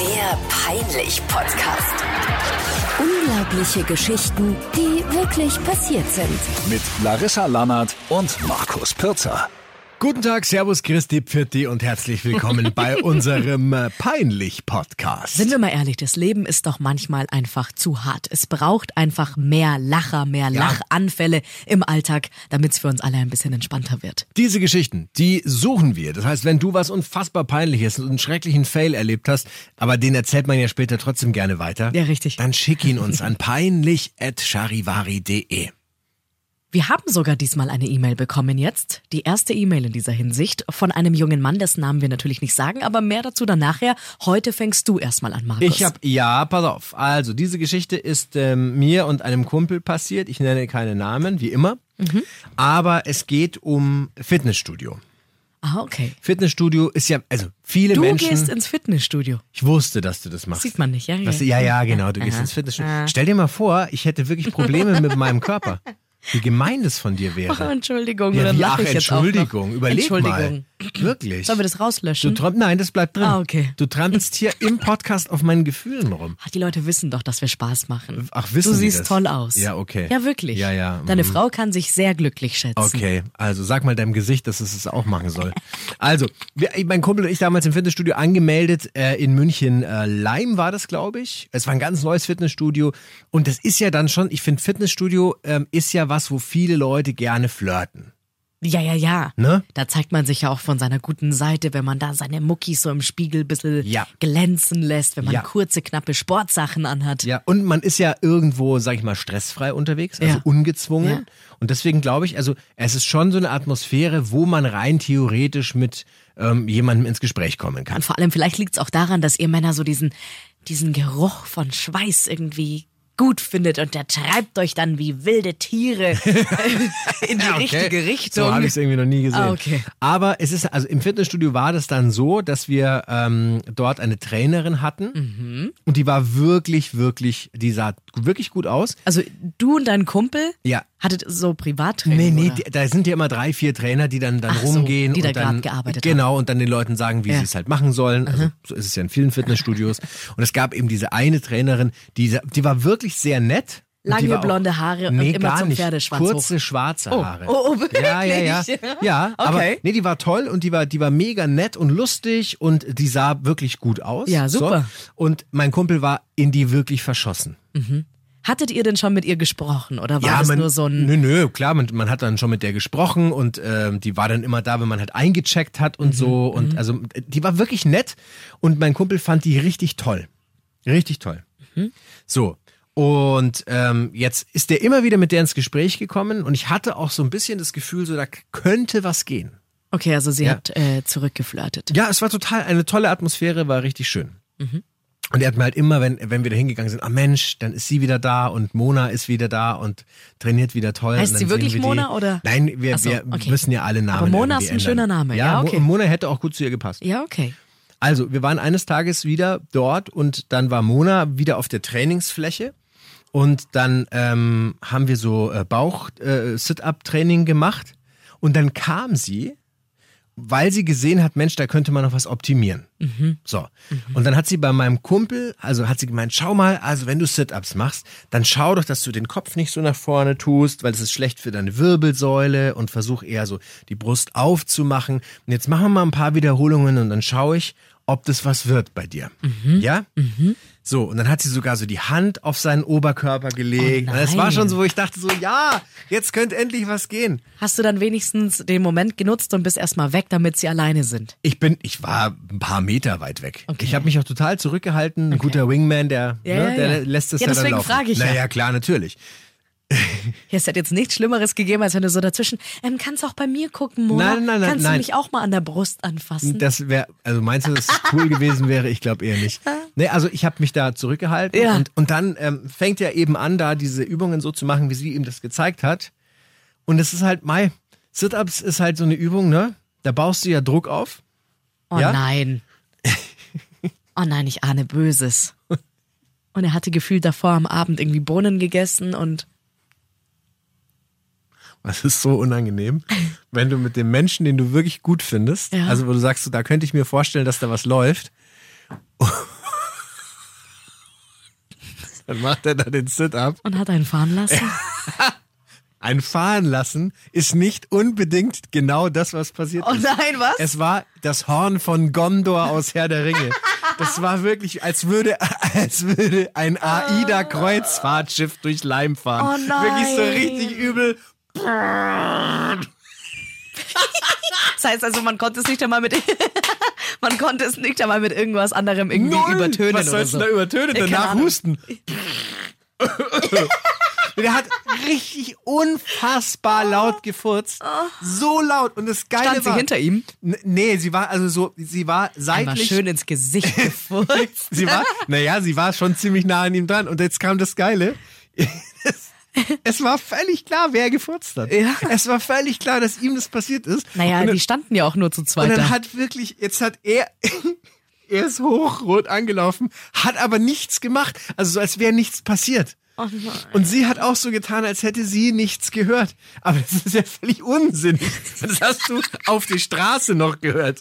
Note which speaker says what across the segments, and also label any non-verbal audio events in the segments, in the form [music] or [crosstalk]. Speaker 1: Der Peinlich-Podcast. Unglaubliche Geschichten, die wirklich passiert sind.
Speaker 2: mit Larissa Lannert und Markus Pirzer.
Speaker 3: Guten Tag, Servus, Christi, Pfirti und herzlich willkommen
Speaker 4: [laughs]
Speaker 3: bei unserem äh,
Speaker 4: Sind
Speaker 3: Peinlich-Podcast.
Speaker 4: wir mal ehrlich, das Leben ist doch manchmal einfach zu hart. Es braucht einfach mehr Lacher, mehr Lachanfälle im Alltag, damit es für uns alle ein bisschen entspannter wird.
Speaker 3: Diese Geschichten, die suchen wir. Das heißt, wenn du was unfassbar Peinliches, einen schrecklichen Fail erlebt hast, aber den erzählt man ja später trotzdem gerne weiter.
Speaker 4: Ja, richtig.
Speaker 3: Dann schick ihn uns
Speaker 4: [laughs]
Speaker 3: an peinlich.charivari.de.
Speaker 4: Wir haben sogar diesmal eine E-Mail bekommen jetzt. Die erste E-Mail in dieser Hinsicht von einem jungen Mann, dessen Namen wir natürlich nicht sagen, aber mehr dazu dann nachher. Heute fängst du erstmal an, Markus.
Speaker 3: Ich hab, ja, pass auf. Also, diese Geschichte ist ähm, mir und einem Kumpel passiert. Ich nenne keine Namen, wie immer.
Speaker 4: Mhm.
Speaker 3: Aber es geht um Fitnessstudio.
Speaker 4: Ah, okay.
Speaker 3: Fitnessstudio ist ja, also viele
Speaker 4: Du
Speaker 3: Menschen.
Speaker 4: gehst ins Fitnessstudio.
Speaker 3: Ich wusste, dass du das machst.
Speaker 4: Sieht man nicht, ja, ja.
Speaker 3: Was, ja, ja, genau. Du gehst
Speaker 4: Aha. Ah.
Speaker 3: ins Fitnessstudio. Stell dir mal vor, ich hätte wirklich Probleme mit meinem Körper. Wie gemein das von dir
Speaker 4: Ach,
Speaker 3: wäre.
Speaker 4: [laughs] Entschuldigung,
Speaker 3: ja,
Speaker 4: Oh, dann
Speaker 3: wie,
Speaker 4: lache
Speaker 3: ach,
Speaker 4: ich jetzt auch noch.
Speaker 3: Entschuldigung, überleg
Speaker 4: Entschuldigung.
Speaker 3: mal. Wirklich.
Speaker 4: Sollen wir das
Speaker 3: du
Speaker 4: rauslöschen?
Speaker 3: tramp Nein, das bleibt drin.
Speaker 4: Ah, okay.
Speaker 3: Du trampelst hier im Podcast auf meinen Gefühlen rum.
Speaker 4: Ach, die Leute wissen doch, dass wir Spaß machen.
Speaker 3: Ach, wissen
Speaker 4: Du
Speaker 3: die
Speaker 4: siehst
Speaker 3: das?
Speaker 4: toll aus.
Speaker 3: Ja, okay.
Speaker 4: Ja, wirklich.
Speaker 3: Ja, ja,
Speaker 4: Deine
Speaker 3: mhm.
Speaker 4: Frau kann sich sehr glücklich schätzen.
Speaker 3: Okay, also sag mal deinem Gesicht, dass es es auch machen soll. Also, wir, mein Kumpel und ich damals im Fitnessstudio angemeldet äh, in München. Äh, Leim war das, glaube ich. Es war ein ganz neues Fitnessstudio. Und das ist ja dann schon, ich finde, Fitnessstudio ähm, ist ja was, wo viele Leute gerne flirten.
Speaker 4: Ja, ja, ja.
Speaker 3: Ne?
Speaker 4: Da zeigt man sich ja auch von seiner guten Seite, wenn man da seine Muckis so im Spiegel ein bisschen
Speaker 3: Ja.
Speaker 4: glänzen lässt, wenn man
Speaker 3: Ja.
Speaker 4: kurze, knappe Sportsachen anhat.
Speaker 3: Ja, und man ist ja irgendwo, sag ich mal, stressfrei unterwegs, also
Speaker 4: Ja.
Speaker 3: ungezwungen.
Speaker 4: Ja.
Speaker 3: Und deswegen glaube ich, also es ist schon so eine Atmosphäre, wo man rein theoretisch mit ähm, jemandem ins Gespräch kommen kann.
Speaker 4: Und vor allem, vielleicht liegt es auch daran, dass ihr Männer so diesen, diesen Geruch von Schweiß irgendwie gut findet und der treibt euch dann wie
Speaker 3: [laughs]
Speaker 4: wilde Tiere in die
Speaker 3: Ja, okay.
Speaker 4: richtige Richtung.
Speaker 3: So habe ich es irgendwie noch nie gesehen.
Speaker 4: Ah, okay.
Speaker 3: Aber es ist, also im Fitnessstudio war das dann so, dass wir ähm, dort eine Trainerin hatten
Speaker 4: Mhm.
Speaker 3: und die war wirklich, wirklich, die sah wirklich gut aus.
Speaker 4: also du und dein Kumpel
Speaker 3: Ja.
Speaker 4: hattet so
Speaker 3: Nee,
Speaker 4: Privattraining?
Speaker 3: nee,
Speaker 4: oder?
Speaker 3: die, da sind ja immer drei, vier Trainer, die dann, dann
Speaker 4: Ach so,
Speaker 3: rumgehen
Speaker 4: die da
Speaker 3: und dann
Speaker 4: grad gearbeitet
Speaker 3: genau und dann den Leuten sagen, wie
Speaker 4: Ja.
Speaker 3: sie es halt machen sollen. Also, so ist es ja in vielen Fitnessstudios. Und es gab eben diese eine Trainerin, die, die war wirklich sehr nett. Und die
Speaker 4: Lange
Speaker 3: war auch-
Speaker 4: blonde Haare und
Speaker 3: nee,
Speaker 4: immer
Speaker 3: gar
Speaker 4: zum
Speaker 3: nicht.
Speaker 4: Pferdeschwanz hoch.
Speaker 3: Kurze schwarze Haare.
Speaker 4: Oh, oh, wirklich?
Speaker 3: Ja, ja, ja. Ja, aber
Speaker 4: Okay.
Speaker 3: nee, die war toll und die war, die war mega nett und lustig und die sah wirklich gut aus.
Speaker 4: Ja, super.
Speaker 3: So. Und mein Kumpel war in die wirklich verschossen.
Speaker 4: Hattet ihr denn schon mit ihr gesprochen oder war
Speaker 3: ja,
Speaker 4: das
Speaker 3: man,
Speaker 4: nur so ein
Speaker 3: Nö, nö, klar, man, man hat dann schon mit der gesprochen und ähm, die war dann immer da, wenn man halt eingecheckt hat
Speaker 4: Mhm,
Speaker 3: und so. Und also äh, die war wirklich nett und mein Kumpel fand die richtig toll. Richtig toll.
Speaker 4: Mhm.
Speaker 3: So. Und ähm, jetzt ist der immer wieder mit der ins Gespräch gekommen und ich hatte auch so ein bisschen das Gefühl, so da k- könnte was gehen.
Speaker 4: Okay, also sie
Speaker 3: Ja.
Speaker 4: hat äh, zurückgeflirtet.
Speaker 3: Ja, es war total eine tolle Atmosphäre, war richtig schön.
Speaker 4: Mhm.
Speaker 3: Und er hat mir halt immer, wenn, wenn wir da hingegangen sind, ah Mensch, dann ist sie wieder da und Mona ist wieder da und trainiert wieder toll.
Speaker 4: Heißt
Speaker 3: und dann
Speaker 4: sie wirklich
Speaker 3: sehen wir die.
Speaker 4: Mona oder?
Speaker 3: Nein, wir,
Speaker 4: Ach so,
Speaker 3: wir
Speaker 4: okay.
Speaker 3: müssen ja alle Namen
Speaker 4: Aber Mona ist
Speaker 3: irgendwie
Speaker 4: ein schöner
Speaker 3: ändern.
Speaker 4: Name, ja,
Speaker 3: Mo-
Speaker 4: okay.
Speaker 3: Mona hätte auch gut zu ihr gepasst.
Speaker 4: Ja, okay.
Speaker 3: Also, wir waren eines Tages wieder dort und dann war Mona wieder auf der Trainingsfläche. Und dann ähm, haben wir so äh, Bauch-Sit-Up-Training gemacht. Und dann kam sie, weil sie gesehen hat, Mensch, da könnte man noch was optimieren.
Speaker 4: Mhm.
Speaker 3: So. Und dann hat sie bei meinem Kumpel, also hat sie gemeint, schau mal, also wenn du Sit-Ups machst, dann schau doch, dass du den Kopf nicht so nach vorne tust, weil das ist schlecht für deine Wirbelsäule und versuch eher so die Brust aufzumachen. Und jetzt machen wir mal ein paar Wiederholungen und dann schaue ich, ob das was wird bei dir.
Speaker 4: Mhm.
Speaker 3: Ja? So, und dann hat sie sogar so die Hand auf seinen Oberkörper gelegt.
Speaker 4: Oh
Speaker 3: und das war
Speaker 4: nein.
Speaker 3: schon so, wo ich dachte so, ja, jetzt könnte endlich was gehen.
Speaker 4: Hast du dann wenigstens den Moment genutzt und bist erstmal weg, damit sie alleine sind?
Speaker 3: Ich bin, ich war ein paar Meter weit weg.
Speaker 4: Okay.
Speaker 3: Ich habe mich auch total zurückgehalten. Ein guter Wingman, der,
Speaker 4: Ja,
Speaker 3: ne,
Speaker 4: ja,
Speaker 3: der
Speaker 4: ja.
Speaker 3: lässt es
Speaker 4: Ja,
Speaker 3: ja dann
Speaker 4: deswegen
Speaker 3: laufen.
Speaker 4: frage ich ja.
Speaker 3: naja, klar, natürlich.
Speaker 4: Es hätte jetzt nichts Schlimmeres gegeben, als wenn du so dazwischen, ähm, kannst auch bei mir gucken, Mona.
Speaker 3: Nein, nein, nein,
Speaker 4: Kannst du
Speaker 3: nein.
Speaker 4: mich auch mal an der Brust anfassen?
Speaker 3: Das wäre, also meinst du, dass es cool gewesen wäre? Ich glaube eher
Speaker 4: [laughs]
Speaker 3: nicht. Nee, also ich habe mich da zurückgehalten
Speaker 4: Ja.
Speaker 3: und, und dann ähm, fängt er eben an, da diese Übungen so zu machen, wie sie ihm das gezeigt hat. Und es ist halt, Mai, Sit-Ups ist halt so eine Übung, ne? Da baust du ja Druck auf.
Speaker 4: oh
Speaker 3: ja? [laughs]
Speaker 4: nein. Oh nein, ich ahne Böses. Und er hatte gefühlt davor am Abend irgendwie Bohnen gegessen und
Speaker 3: Das ist so
Speaker 4: [laughs]
Speaker 3: unangenehm, wenn du mit dem Menschen, den du wirklich gut findest,
Speaker 4: Ja.
Speaker 3: also wo du sagst, so, da könnte ich mir vorstellen, dass da was läuft, dann macht er da den Sit-Up.
Speaker 4: Und hat einen fahren
Speaker 3: [laughs]
Speaker 4: lassen?
Speaker 3: Ein Fahren lassen ist nicht unbedingt genau das, was passiert
Speaker 4: Oh
Speaker 3: ist.
Speaker 4: nein, was?
Speaker 3: Es war das Horn von Gondor aus Herr der Ringe. Das war wirklich, als würde, als würde ein AIDA-Kreuzfahrtschiff durch Leim fahren.
Speaker 4: Ah. Oh nein.
Speaker 3: Wirklich so richtig übel.
Speaker 4: das heißt also, man konnte es nicht einmal mit [laughs] man konnte es nicht einmal mit irgendwas anderem irgendwie übertönen
Speaker 3: Was
Speaker 4: oder
Speaker 3: sollst
Speaker 4: so.
Speaker 3: du da übertönen?
Speaker 4: Ja, keine
Speaker 3: Danach
Speaker 4: Ahnung.
Speaker 3: husten. [laughs] Der hat richtig unfassbar laut gefurzt. So laut. Und das Geile
Speaker 4: Oh. Stand sie
Speaker 3: war...
Speaker 4: hinter ihm?
Speaker 3: N- Nee, sie war also so, sie war
Speaker 4: Einmal
Speaker 3: seitlich
Speaker 4: schön ins Gesicht gefurzt.
Speaker 3: [laughs] sie war, naja, sie war schon ziemlich nah an ihm dran. Und jetzt kam das Geile. [laughs] Es, es war völlig klar, wer gefurzt hat.
Speaker 4: Ja.
Speaker 3: Es war völlig klar, dass ihm das passiert ist.
Speaker 4: Naja,
Speaker 3: und dann,
Speaker 4: die standen ja auch nur zu
Speaker 3: und
Speaker 4: zweit
Speaker 3: dann
Speaker 4: da.
Speaker 3: hat wirklich, jetzt hat er, [laughs] er ist hochrot angelaufen, hat aber nichts gemacht. Also so, als wäre nichts passiert. und sie hat auch so getan, als hätte sie nichts gehört. Aber das ist ja völlig unsinnig. Das hast du auf die Straße noch gehört.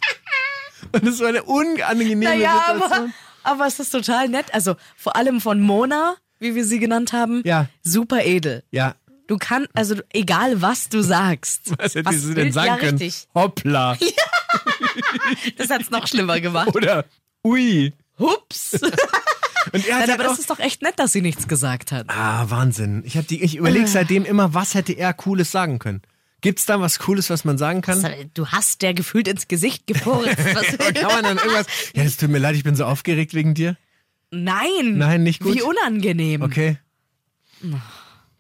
Speaker 3: Und das war eine unangenehme
Speaker 4: Naja,
Speaker 3: Situation.
Speaker 4: aber, aber es ist total nett. Also vor allem von Mona, wie wir sie genannt haben.
Speaker 3: Ja.
Speaker 4: Super edel.
Speaker 3: Ja,
Speaker 4: Du kannst, also du- egal was du sagst.
Speaker 3: [laughs] Was hätte sie
Speaker 4: will-
Speaker 3: denn sagen
Speaker 4: ja,
Speaker 3: können?
Speaker 4: Richtig. [laughs]
Speaker 3: Hoppla.
Speaker 4: Das hat's noch schlimmer
Speaker 3: [laughs]
Speaker 4: gemacht.
Speaker 3: Oder ui.
Speaker 4: Hups.
Speaker 3: Und er hat halt
Speaker 4: Nein, aber
Speaker 3: auch,
Speaker 4: das ist doch echt nett, dass sie nichts gesagt hat.
Speaker 3: Ah, Wahnsinn. Ich, hab die- ich überlege seitdem immer, was hätte er Cooles sagen können. Gibt's da was Cooles, was man sagen kann?
Speaker 4: Du hast der gefühlt ins Gesicht gefurzt.
Speaker 3: [laughs] Oder kann man dann irgendwas? Ja, es tut mir leid, ich bin so aufgeregt wegen dir.
Speaker 4: Nein.
Speaker 3: Nein, nicht gut.
Speaker 4: Wie unangenehm.
Speaker 3: Okay.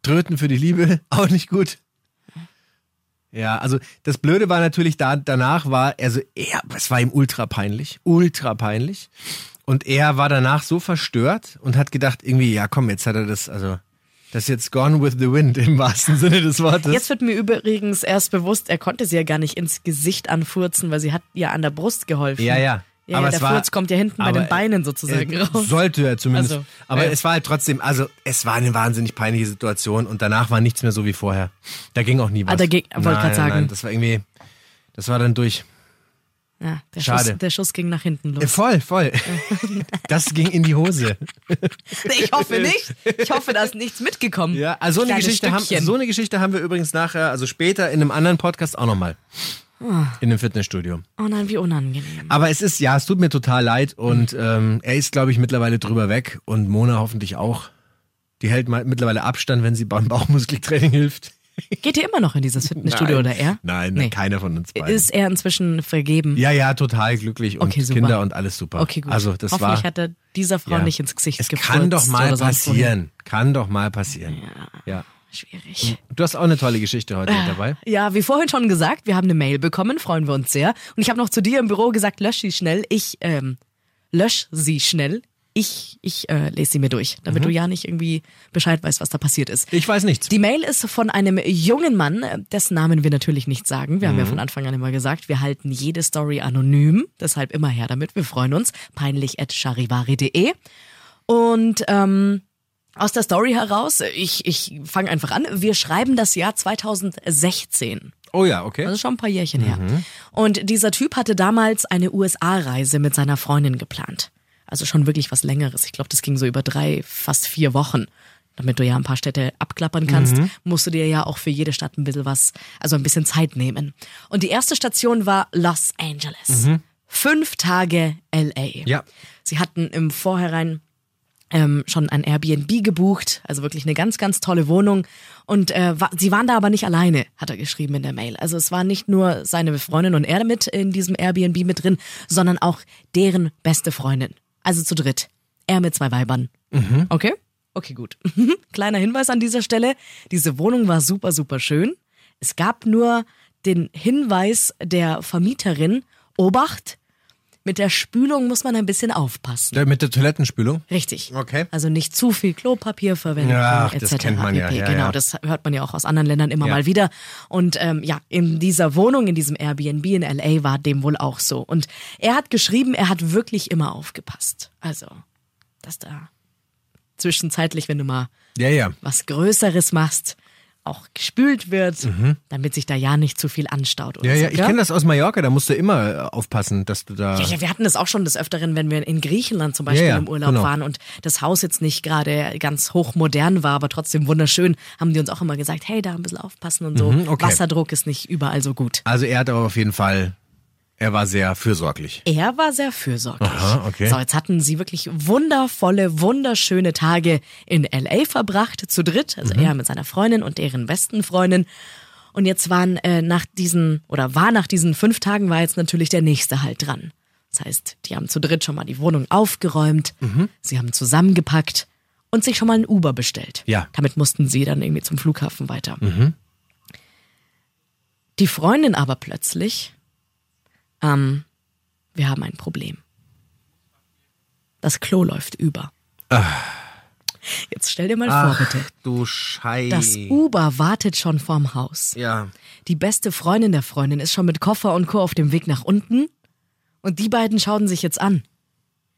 Speaker 3: Tröten für die Liebe, [laughs] auch nicht gut. Ja, also das Blöde war natürlich, da, danach war, also er, es war ihm ultra peinlich, ultra peinlich. Und er war danach so verstört und hat gedacht, irgendwie, ja komm, jetzt hat er das, also, das ist jetzt gone with the wind im wahrsten Sinne des Wortes.
Speaker 4: Jetzt wird mir übrigens erst bewusst, er konnte sie ja gar nicht ins Gesicht anfurzen, weil sie hat ja an der Brust geholfen.
Speaker 3: ja, ja.
Speaker 4: Ja, ja, der Furz kommt ja hinten bei
Speaker 3: aber
Speaker 4: den Beinen sozusagen
Speaker 3: Äh,
Speaker 4: raus.
Speaker 3: Sollte er zumindest.
Speaker 4: Also,
Speaker 3: aber
Speaker 4: ja.
Speaker 3: es war halt trotzdem, also es war eine wahnsinnig peinliche Situation und danach war nichts mehr so wie vorher. Da ging auch nie was.
Speaker 4: Ah, da ging- wollte
Speaker 3: Nein,
Speaker 4: grad sagen.
Speaker 3: Nein, das war irgendwie, das war dann durch.
Speaker 4: Ja, der,
Speaker 3: Schade.
Speaker 4: Schuss, der Schuss ging nach hinten
Speaker 3: Äh, [laughs]
Speaker 4: los.
Speaker 3: Voll, voll.
Speaker 4: [laughs]
Speaker 3: Das ging in die Hose.
Speaker 4: Ich hoffe nicht. Ich hoffe, da ist nichts mitgekommen.
Speaker 3: Ja, also so eine,
Speaker 4: Kleines
Speaker 3: Geschichte haben,
Speaker 4: Stückchen.
Speaker 3: so eine Geschichte haben wir übrigens nachher, also später in einem anderen Podcast auch nochmal.
Speaker 4: Ah.
Speaker 3: In einem Fitnessstudio.
Speaker 4: Oh nein, wie unangenehm.
Speaker 3: Aber es ist, ja, es tut mir total leid und ähm, er ist, glaube ich, mittlerweile drüber weg und Mona hoffentlich auch. Die hält mal mittlerweile Abstand, wenn sie beim [laughs] Bauchmuskeltraining hilft.
Speaker 4: Geht ihr immer noch in dieses Fitnessstudio
Speaker 3: Nein.
Speaker 4: oder er?
Speaker 3: Nein,
Speaker 4: Nee.
Speaker 3: keiner von uns beiden.
Speaker 4: Ist er inzwischen vergeben?
Speaker 3: ja, ja, total glücklich und
Speaker 4: Okay, super.
Speaker 3: Kinder und alles super.
Speaker 4: Okay, gut.
Speaker 3: Also das
Speaker 4: Hoffentlich
Speaker 3: war.
Speaker 4: hat er dieser Frau
Speaker 3: ja.
Speaker 4: nicht ins Gesicht
Speaker 3: es
Speaker 4: gefurzt
Speaker 3: kann doch mal
Speaker 4: oder sonst wohin.
Speaker 3: passieren. Kann doch mal passieren. Ja.
Speaker 4: Schwierig.
Speaker 3: Du hast auch eine tolle Geschichte heute
Speaker 4: Äh.
Speaker 3: mit dabei.
Speaker 4: Ja, wie vorhin schon gesagt, wir haben eine Mail bekommen, freuen wir uns sehr. Und ich habe noch zu dir im Büro gesagt, lösch sie schnell. Ich ähm, lösch sie schnell. Ich, ich äh, lese sie mir durch, damit du ja nicht irgendwie Bescheid weißt, was da passiert ist.
Speaker 3: Ich weiß nichts.
Speaker 4: Die Mail ist von einem jungen Mann, äh, dessen Namen wir natürlich nicht sagen. Wir haben ja von Anfang an immer gesagt, wir halten jede Story anonym. Deshalb immer her damit. Wir freuen uns. Peinlich at charivari.de. Und ähm, aus der Story heraus, ich, ich fange einfach an, wir schreiben das Jahr 2016.
Speaker 3: oh ja, okay.
Speaker 4: Das ist schon ein paar Jährchen her. Und dieser Typ hatte damals eine USA-Reise mit seiner Freundin geplant. Also schon wirklich was Längeres. Ich glaube, das ging so über drei, fast vier Wochen. Damit du ja ein paar Städte abklappern kannst, musst du dir ja auch für jede Stadt ein bisschen was, also ein bisschen Zeit nehmen. Und die erste Station war Los Angeles. Fünf Tage LA.
Speaker 3: Ja.
Speaker 4: Sie hatten im Vorhinein ähm, schon ein Airbnb gebucht, also wirklich eine ganz, ganz tolle Wohnung. Und äh, wa sie waren da aber nicht alleine, hat er geschrieben in der Mail. Also es war nicht nur seine Freundin und er mit in diesem Airbnb mit drin, sondern auch deren beste Freundin. Also zu dritt. Er mit zwei Weibern. Okay? Okay, gut. [laughs] Kleiner Hinweis an dieser Stelle. Diese Wohnung war super, super schön. Es gab nur den Hinweis der Vermieterin, Obacht, mit der Spülung muss man ein bisschen aufpassen.
Speaker 3: Ja, Mit der Toilettenspülung?
Speaker 4: Richtig.
Speaker 3: Okay.
Speaker 4: Also nicht zu viel Klopapier verwenden,
Speaker 3: Ja, ach,
Speaker 4: etc.
Speaker 3: das kennt man ja,
Speaker 4: pp.
Speaker 3: ja,
Speaker 4: genau,
Speaker 3: ja.
Speaker 4: das hört man ja auch aus anderen Ländern immer
Speaker 3: Ja.
Speaker 4: mal wieder. Und ähm, ja, in dieser Wohnung, in diesem Airbnb in LA war dem wohl auch so. Und er hat geschrieben, er hat wirklich immer aufgepasst. Also, dass da zwischenzeitlich, wenn du mal
Speaker 3: Ja, ja.
Speaker 4: was Größeres machst, auch gespült wird, damit sich da ja nicht zu viel anstaut. Oder
Speaker 3: Mhm. Ja,
Speaker 4: so,
Speaker 3: ja, ich
Speaker 4: gell?
Speaker 3: kenne das aus Mallorca, da musst du immer äh, aufpassen, dass du da.
Speaker 4: Ja, ja, wir hatten das auch schon des Öfteren, wenn wir in Griechenland zum Beispiel
Speaker 3: Ja, ja,
Speaker 4: im Urlaub
Speaker 3: genau.
Speaker 4: waren und das Haus jetzt nicht gerade ganz hochmodern war, aber trotzdem wunderschön, haben die uns auch immer gesagt, hey, da ein bisschen aufpassen und so.
Speaker 3: Mhm, okay.
Speaker 4: Wasserdruck ist nicht überall so gut.
Speaker 3: Also er hat aber auf jeden Fall, er war sehr fürsorglich.
Speaker 4: Er war sehr fürsorglich.
Speaker 3: Aha, okay.
Speaker 4: So, jetzt hatten sie wirklich wundervolle, wunderschöne Tage in L.A. verbracht, zu dritt.
Speaker 3: Mhm.
Speaker 4: Also er mit seiner Freundin und deren besten Freundin. Und jetzt waren äh, nach diesen, oder war nach diesen fünf Tagen, war jetzt natürlich der nächste halt dran. Das heißt, die haben zu dritt schon mal die Wohnung aufgeräumt,
Speaker 3: Mhm.
Speaker 4: sie haben zusammengepackt und sich schon mal ein Uber bestellt.
Speaker 3: Ja. Mhm.
Speaker 4: Damit mussten sie dann irgendwie zum Flughafen weiter. Die Freundin aber plötzlich, ähm, wir haben ein Problem. Das Klo läuft über. Jetzt stell dir mal
Speaker 3: Ah.
Speaker 4: vor, bitte.
Speaker 3: du Scheiße.
Speaker 4: Das Uber wartet schon vorm Haus.
Speaker 3: ja.
Speaker 4: Die beste Freundin der Freundin ist schon mit Koffer und Co. auf dem Weg nach unten. Und die beiden schauen sich jetzt an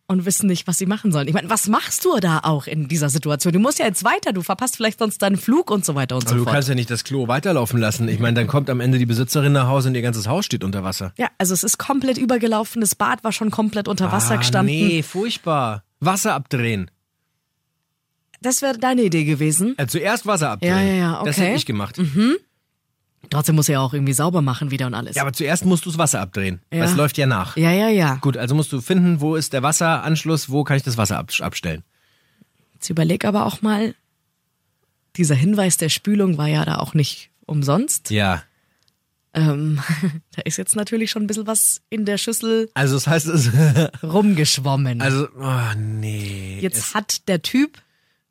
Speaker 4: und wissen nicht, was sie machen sollen. Ich meine, was machst du da auch in dieser Situation? Du musst ja jetzt weiter, du verpasst vielleicht sonst deinen Flug und so weiter und
Speaker 3: Aber
Speaker 4: so
Speaker 3: Also du
Speaker 4: fort.
Speaker 3: kannst ja nicht das Klo weiterlaufen lassen. Ich meine, dann kommt am Ende die Besitzerin nach Hause und ihr ganzes Haus steht unter Wasser.
Speaker 4: Ja, also es ist komplett übergelaufen, das Bad war schon komplett unter Wasser
Speaker 3: ah,
Speaker 4: gestanden.
Speaker 3: Nee, furchtbar. Wasser abdrehen.
Speaker 4: Das wäre deine Idee gewesen.
Speaker 3: Äh, zuerst Wasser abdrehen.
Speaker 4: Ja, ja, ja,
Speaker 3: Das
Speaker 4: okay. Mhm.
Speaker 3: hätte ich gemacht.
Speaker 4: Trotzdem muss er ja auch irgendwie sauber machen wieder und alles.
Speaker 3: Ja, aber zuerst musst du das Wasser abdrehen.
Speaker 4: Ja.
Speaker 3: Weil es läuft ja nach.
Speaker 4: ja, ja, ja.
Speaker 3: Gut, also musst du finden, wo ist der Wasseranschluss, wo kann ich das Wasser ab abstellen.
Speaker 4: Jetzt überleg aber auch mal, dieser Hinweis der Spülung war ja da auch nicht umsonst.
Speaker 3: Ja.
Speaker 4: Ähm, [laughs] da ist jetzt natürlich schon ein bisschen was in der Schüssel
Speaker 3: Also das heißt, es, [laughs]
Speaker 4: rumgeschwommen.
Speaker 3: also, oh nee.
Speaker 4: jetzt hat der Typ,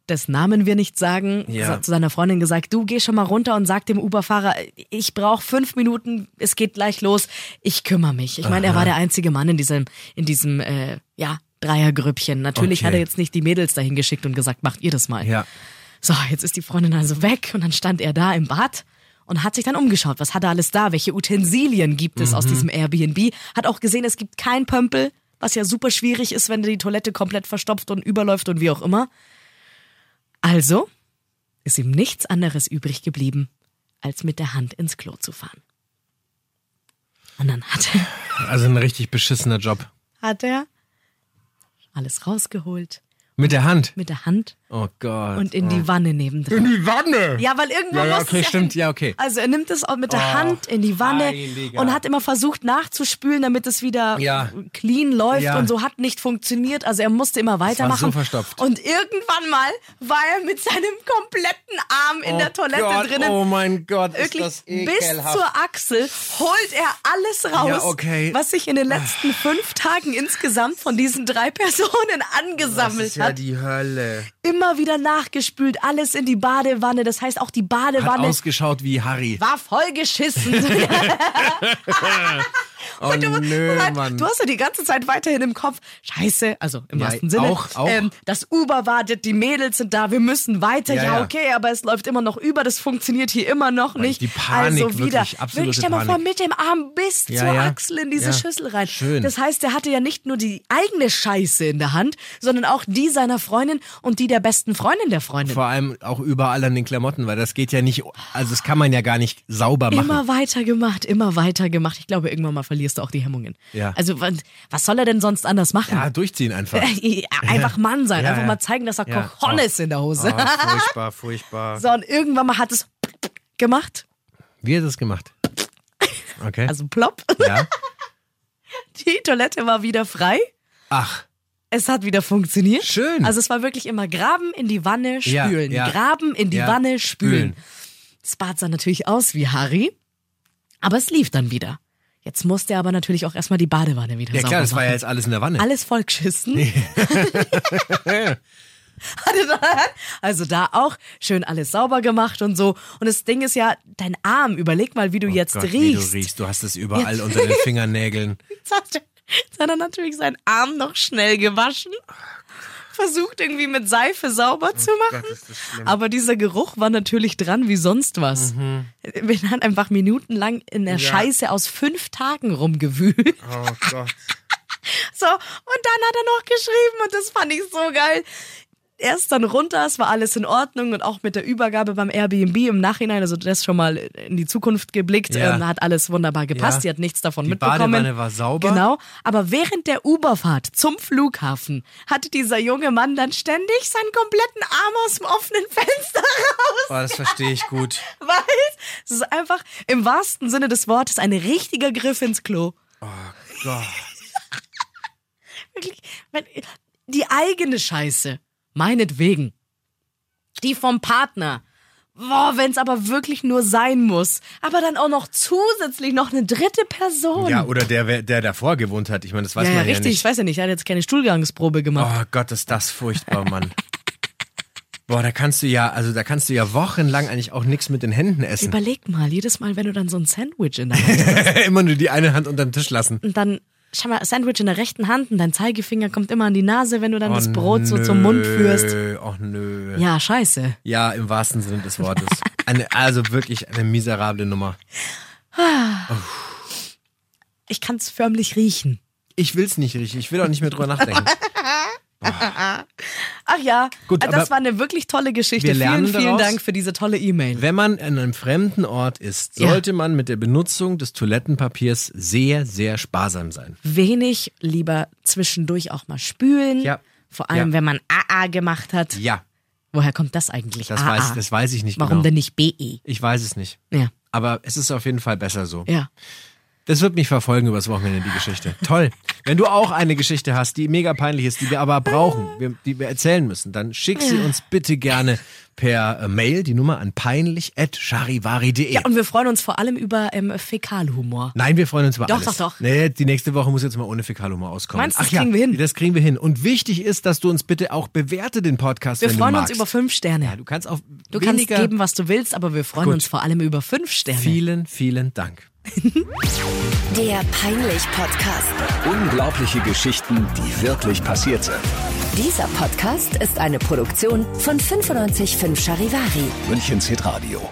Speaker 4: dessen Namen wir nicht sagen,
Speaker 3: Ja.
Speaker 4: sa- zu seiner Freundin gesagt, du geh schon mal runter und sag dem Uberfahrer, ich brauche fünf Minuten, es geht gleich los, ich kümmere mich. Ich meine, er war der einzige Mann in diesem, in diesem, äh, ja, Dreiergrüppchen. Natürlich
Speaker 3: Okay.
Speaker 4: hat er jetzt nicht die Mädels dahin geschickt und gesagt, macht ihr das mal.
Speaker 3: Ja.
Speaker 4: So, jetzt ist die Freundin also weg und dann stand er da im Bad und hat sich dann umgeschaut. Was hat er alles da? Welche Utensilien gibt es aus diesem Airbnb? Hat auch gesehen, es gibt kein Pömpel, was ja super schwierig ist, wenn die Toilette komplett verstopft und überläuft und wie auch immer. Also ist ihm nichts anderes übrig geblieben, als mit der Hand ins Klo zu fahren. Und dann hat er
Speaker 3: Also ein richtig beschissener Job.
Speaker 4: hat er alles rausgeholt
Speaker 3: Mit der Hand.
Speaker 4: mit der Hand
Speaker 3: Oh Gott.
Speaker 4: und in die Wanne nebendran.
Speaker 3: die Wanne.
Speaker 4: Ja, weil irgendwo
Speaker 3: Ja, ja,
Speaker 4: muss
Speaker 3: okay,
Speaker 4: es ja
Speaker 3: stimmt,
Speaker 4: hin.
Speaker 3: ja, okay. Oh,
Speaker 4: Also er nimmt es auch mit der Hand in die Wanne
Speaker 3: Heiliger.
Speaker 4: und hat immer versucht nachzuspülen, damit es wieder
Speaker 3: Ja.
Speaker 4: clean läuft
Speaker 3: Ja.
Speaker 4: und so hat nicht funktioniert. Also er musste immer weitermachen.
Speaker 3: so verstopft.
Speaker 4: Und irgendwann mal war er mit seinem kompletten Arm in
Speaker 3: Oh
Speaker 4: der Toilette
Speaker 3: Gott,
Speaker 4: drinnen.
Speaker 3: Oh mein Gott, ist
Speaker 4: Wirklich
Speaker 3: das
Speaker 4: bis
Speaker 3: ekelhaft.
Speaker 4: zur Achsel holt er alles raus,
Speaker 3: Ja, okay.
Speaker 4: was sich in den letzten fünf Tagen insgesamt von diesen drei [laughs] Personen angesammelt hat
Speaker 3: die Hölle.
Speaker 4: immer wieder nachgespült, alles in die Badewanne. Das heißt, auch die
Speaker 3: Hat
Speaker 4: Badewanne
Speaker 3: ausgeschaut wie Harry.
Speaker 4: war voll geschissen. [laughs]
Speaker 3: Oh nö, Mann.
Speaker 4: halt, du hast ja die ganze Zeit weiterhin im Kopf, scheiße, also im
Speaker 3: Ja,
Speaker 4: wahrsten Sinne, ähm,
Speaker 3: auch, auch.
Speaker 4: das Uber wartet, die Mädels sind da, wir müssen weiter. Ja,
Speaker 3: Ja, ja.
Speaker 4: okay, aber es läuft immer noch über, das funktioniert hier immer noch nicht.
Speaker 3: die Panik,
Speaker 4: also wieder,
Speaker 3: wirklich, absolute
Speaker 4: stell mal vor,
Speaker 3: Panik.
Speaker 4: mit dem Arm bis
Speaker 3: Ja,
Speaker 4: zur
Speaker 3: ja.
Speaker 4: Achsel in diese
Speaker 3: Ja.
Speaker 4: Schüssel rein.
Speaker 3: Schön.
Speaker 4: Das heißt, er hatte ja nicht nur die eigene Scheiße in der Hand, sondern auch die seiner Freundin und die der besten Freundin der Freundin.
Speaker 3: Vor allem auch überall an den Klamotten, weil das geht ja nicht, also das kann man ja gar nicht sauber machen.
Speaker 4: Immer weiter gemacht, immer weiter gemacht. Ich glaube, irgendwann mal verlierst du auch die Hemmungen.
Speaker 3: Ja.
Speaker 4: Also, wa- was soll er denn sonst anders machen? [laughs]
Speaker 3: Ja, durchziehen einfach.
Speaker 4: Einfach Mann sein,
Speaker 3: Ja,
Speaker 4: einfach
Speaker 3: ja.
Speaker 4: mal zeigen, dass er
Speaker 3: Ja.
Speaker 4: Cojones in der Hose
Speaker 3: Oh,
Speaker 4: hat. [laughs]
Speaker 3: furchtbar, furchtbar.
Speaker 4: So, und irgendwann mal hat es gemacht,
Speaker 3: Wie hat er das gemacht? Okay.
Speaker 4: also plopp. [laughs]
Speaker 3: ja.
Speaker 4: Die Toilette war wieder frei.
Speaker 3: Ach,
Speaker 4: Es hat wieder funktioniert.
Speaker 3: Schön.
Speaker 4: Also es war wirklich immer graben in die Wanne,
Speaker 3: Ja,
Speaker 4: spülen.
Speaker 3: ja.
Speaker 4: Graben in die
Speaker 3: Ja,
Speaker 4: Wanne, spülen.
Speaker 3: spülen.
Speaker 4: Das Bad sah natürlich aus wie Harry, aber es lief dann wieder. Jetzt musste er aber natürlich auch erstmal die Badewanne wieder
Speaker 3: ja
Speaker 4: sauber
Speaker 3: klar, das
Speaker 4: machen.
Speaker 3: war ja jetzt alles in der Wanne.
Speaker 4: alles vollgeschissen. [laughs] Hatte da- Also da auch schön alles sauber gemacht und so. Und das Ding ist ja, dein Arm, überleg mal, wie du jetzt
Speaker 3: Oh Gott, Wie du
Speaker 4: riechst.
Speaker 3: riechst. Du hast es überall unter
Speaker 4: [laughs]
Speaker 3: den Fingernägeln. Oh,
Speaker 4: Jetzt hat, er- jetzt hat er natürlich seinen Arm noch schnell gewaschen. Versucht irgendwie mit Seife
Speaker 3: Oh
Speaker 4: sauber zu machen. Aber dieser Geruch war natürlich dran wie sonst was.
Speaker 3: Mhm.
Speaker 4: Wir haben einfach minutenlang in der Scheiße aus fünf Tagen rumgewühlt.
Speaker 3: Oh Gott.
Speaker 4: So, und dann hat er noch geschrieben und das fand ich so geil. Er ist dann runter, es war alles in Ordnung und auch mit der Übergabe beim Airbnb im Nachhinein, also das schon mal in die Zukunft geblickt,
Speaker 3: Ja.
Speaker 4: ähm, hat alles wunderbar gepasst,
Speaker 3: Ja.
Speaker 4: sie hat nichts davon
Speaker 3: Die
Speaker 4: mitbekommen.
Speaker 3: Badewanne war sauber.
Speaker 4: Genau, aber während der Uberfahrt zum Flughafen hatte dieser junge Mann dann ständig seinen kompletten Arm aus dem offenen Fenster [laughs] raus.
Speaker 3: Oh, das verstehe ich gut.
Speaker 4: Weil es ist einfach im wahrsten Sinne des Wortes ein richtiger Griff ins Klo.
Speaker 3: Gott.
Speaker 4: Wirklich, wenn- die eigene Scheiße, meinetwegen. Die vom Partner. Boah, wenn es aber wirklich nur sein muss. Aber dann auch noch zusätzlich noch eine dritte Person.
Speaker 3: Ja, oder der, wer- der davor gewohnt hat. Ich meine, das weiß
Speaker 4: ja, ja,
Speaker 3: man ja
Speaker 4: richtig. Ich
Speaker 3: nicht.
Speaker 4: weiß ja nicht, er hat jetzt keine Stuhlgangsprobe gemacht.
Speaker 3: Oh Gott, ist das furchtbar,
Speaker 4: [laughs]
Speaker 3: Mann. Boah, da kannst du ja, also da kannst du ja wochenlang eigentlich auch nichts mit den Händen [laughs] essen.
Speaker 4: Überleg mal, jedes Mal, wenn du dann so ein Sandwich
Speaker 3: [laughs]
Speaker 4: in der Hand hast
Speaker 3: Immer nur die eine Hand unterm Tisch lassen.
Speaker 4: und dann, schau mal, Sandwich in der rechten Hand und dein Zeigefinger kommt immer an die Nase, wenn du dann
Speaker 3: Oh,
Speaker 4: das Brot so zum
Speaker 3: nö.
Speaker 4: Mund führst.
Speaker 3: Och nö.
Speaker 4: Ja, scheiße.
Speaker 3: Ja, im wahrsten Sinne des Wortes. Eine, also wirklich eine miserable Nummer.
Speaker 4: Ich kann es förmlich riechen.
Speaker 3: Ich will's nicht richtig. Ich will auch nicht mehr drüber
Speaker 4: [laughs]
Speaker 3: nachdenken.
Speaker 4: Ach ja,
Speaker 3: Gut,
Speaker 4: das
Speaker 3: aber
Speaker 4: war eine wirklich tolle Geschichte.
Speaker 3: wir lernen
Speaker 4: vielen, vielen
Speaker 3: daraus.
Speaker 4: Dank für diese tolle E-Mail.
Speaker 3: Wenn man an einem fremden Ort ist,
Speaker 4: Ja.
Speaker 3: sollte man mit der Benutzung des Toilettenpapiers sehr, sehr sparsam sein.
Speaker 4: Wenig, lieber zwischendurch auch mal spülen.
Speaker 3: Ja.
Speaker 4: Vor allem,
Speaker 3: Ja.
Speaker 4: wenn man AA gemacht hat.
Speaker 3: Ja,
Speaker 4: Woher kommt das eigentlich?
Speaker 3: das,
Speaker 4: AA.
Speaker 3: weiß, das weiß ich nicht
Speaker 4: Ah, Warum
Speaker 3: genau.
Speaker 4: denn nicht E? BE?
Speaker 3: Ich weiß es nicht.
Speaker 4: Ja.
Speaker 3: Aber es ist auf jeden Fall besser so.
Speaker 4: Ja.
Speaker 3: Das wird mich verfolgen übers Wochenende, die Geschichte. Toll. Wenn du auch eine Geschichte hast, die mega peinlich ist, die wir aber brauchen, wir, die wir erzählen müssen, dann schick sie uns bitte gerne per äh, Mail, die Nummer an peinlich.charivari.de.
Speaker 4: Ja, und wir freuen uns vor allem über ähm, Fäkalhumor.
Speaker 3: Nein, wir freuen uns über
Speaker 4: Doch,
Speaker 3: alles.
Speaker 4: doch, doch.
Speaker 3: Nee, die nächste Woche muss jetzt mal ohne Fäkalhumor auskommen.
Speaker 4: Meinst du, das kriegen wir hin?
Speaker 3: Das kriegen wir hin. Und wichtig ist, dass du uns bitte auch bewerte den Podcast,
Speaker 4: Wir
Speaker 3: wenn
Speaker 4: freuen
Speaker 3: du
Speaker 4: uns
Speaker 3: magst.
Speaker 4: über fünf Sterne.
Speaker 3: Ja, du kannst auf
Speaker 4: du kannst
Speaker 3: weniger...
Speaker 4: geben, was du willst, aber wir freuen
Speaker 3: Gut.
Speaker 4: uns vor allem über fünf Sterne.
Speaker 3: Vielen, vielen Dank.
Speaker 1: Der Peinlich-Podcast.
Speaker 2: Unglaubliche Geschichten, die wirklich passiert sind.
Speaker 1: Dieser Podcast ist eine Produktion von 955 Charivari.
Speaker 2: Münchens Hitradio.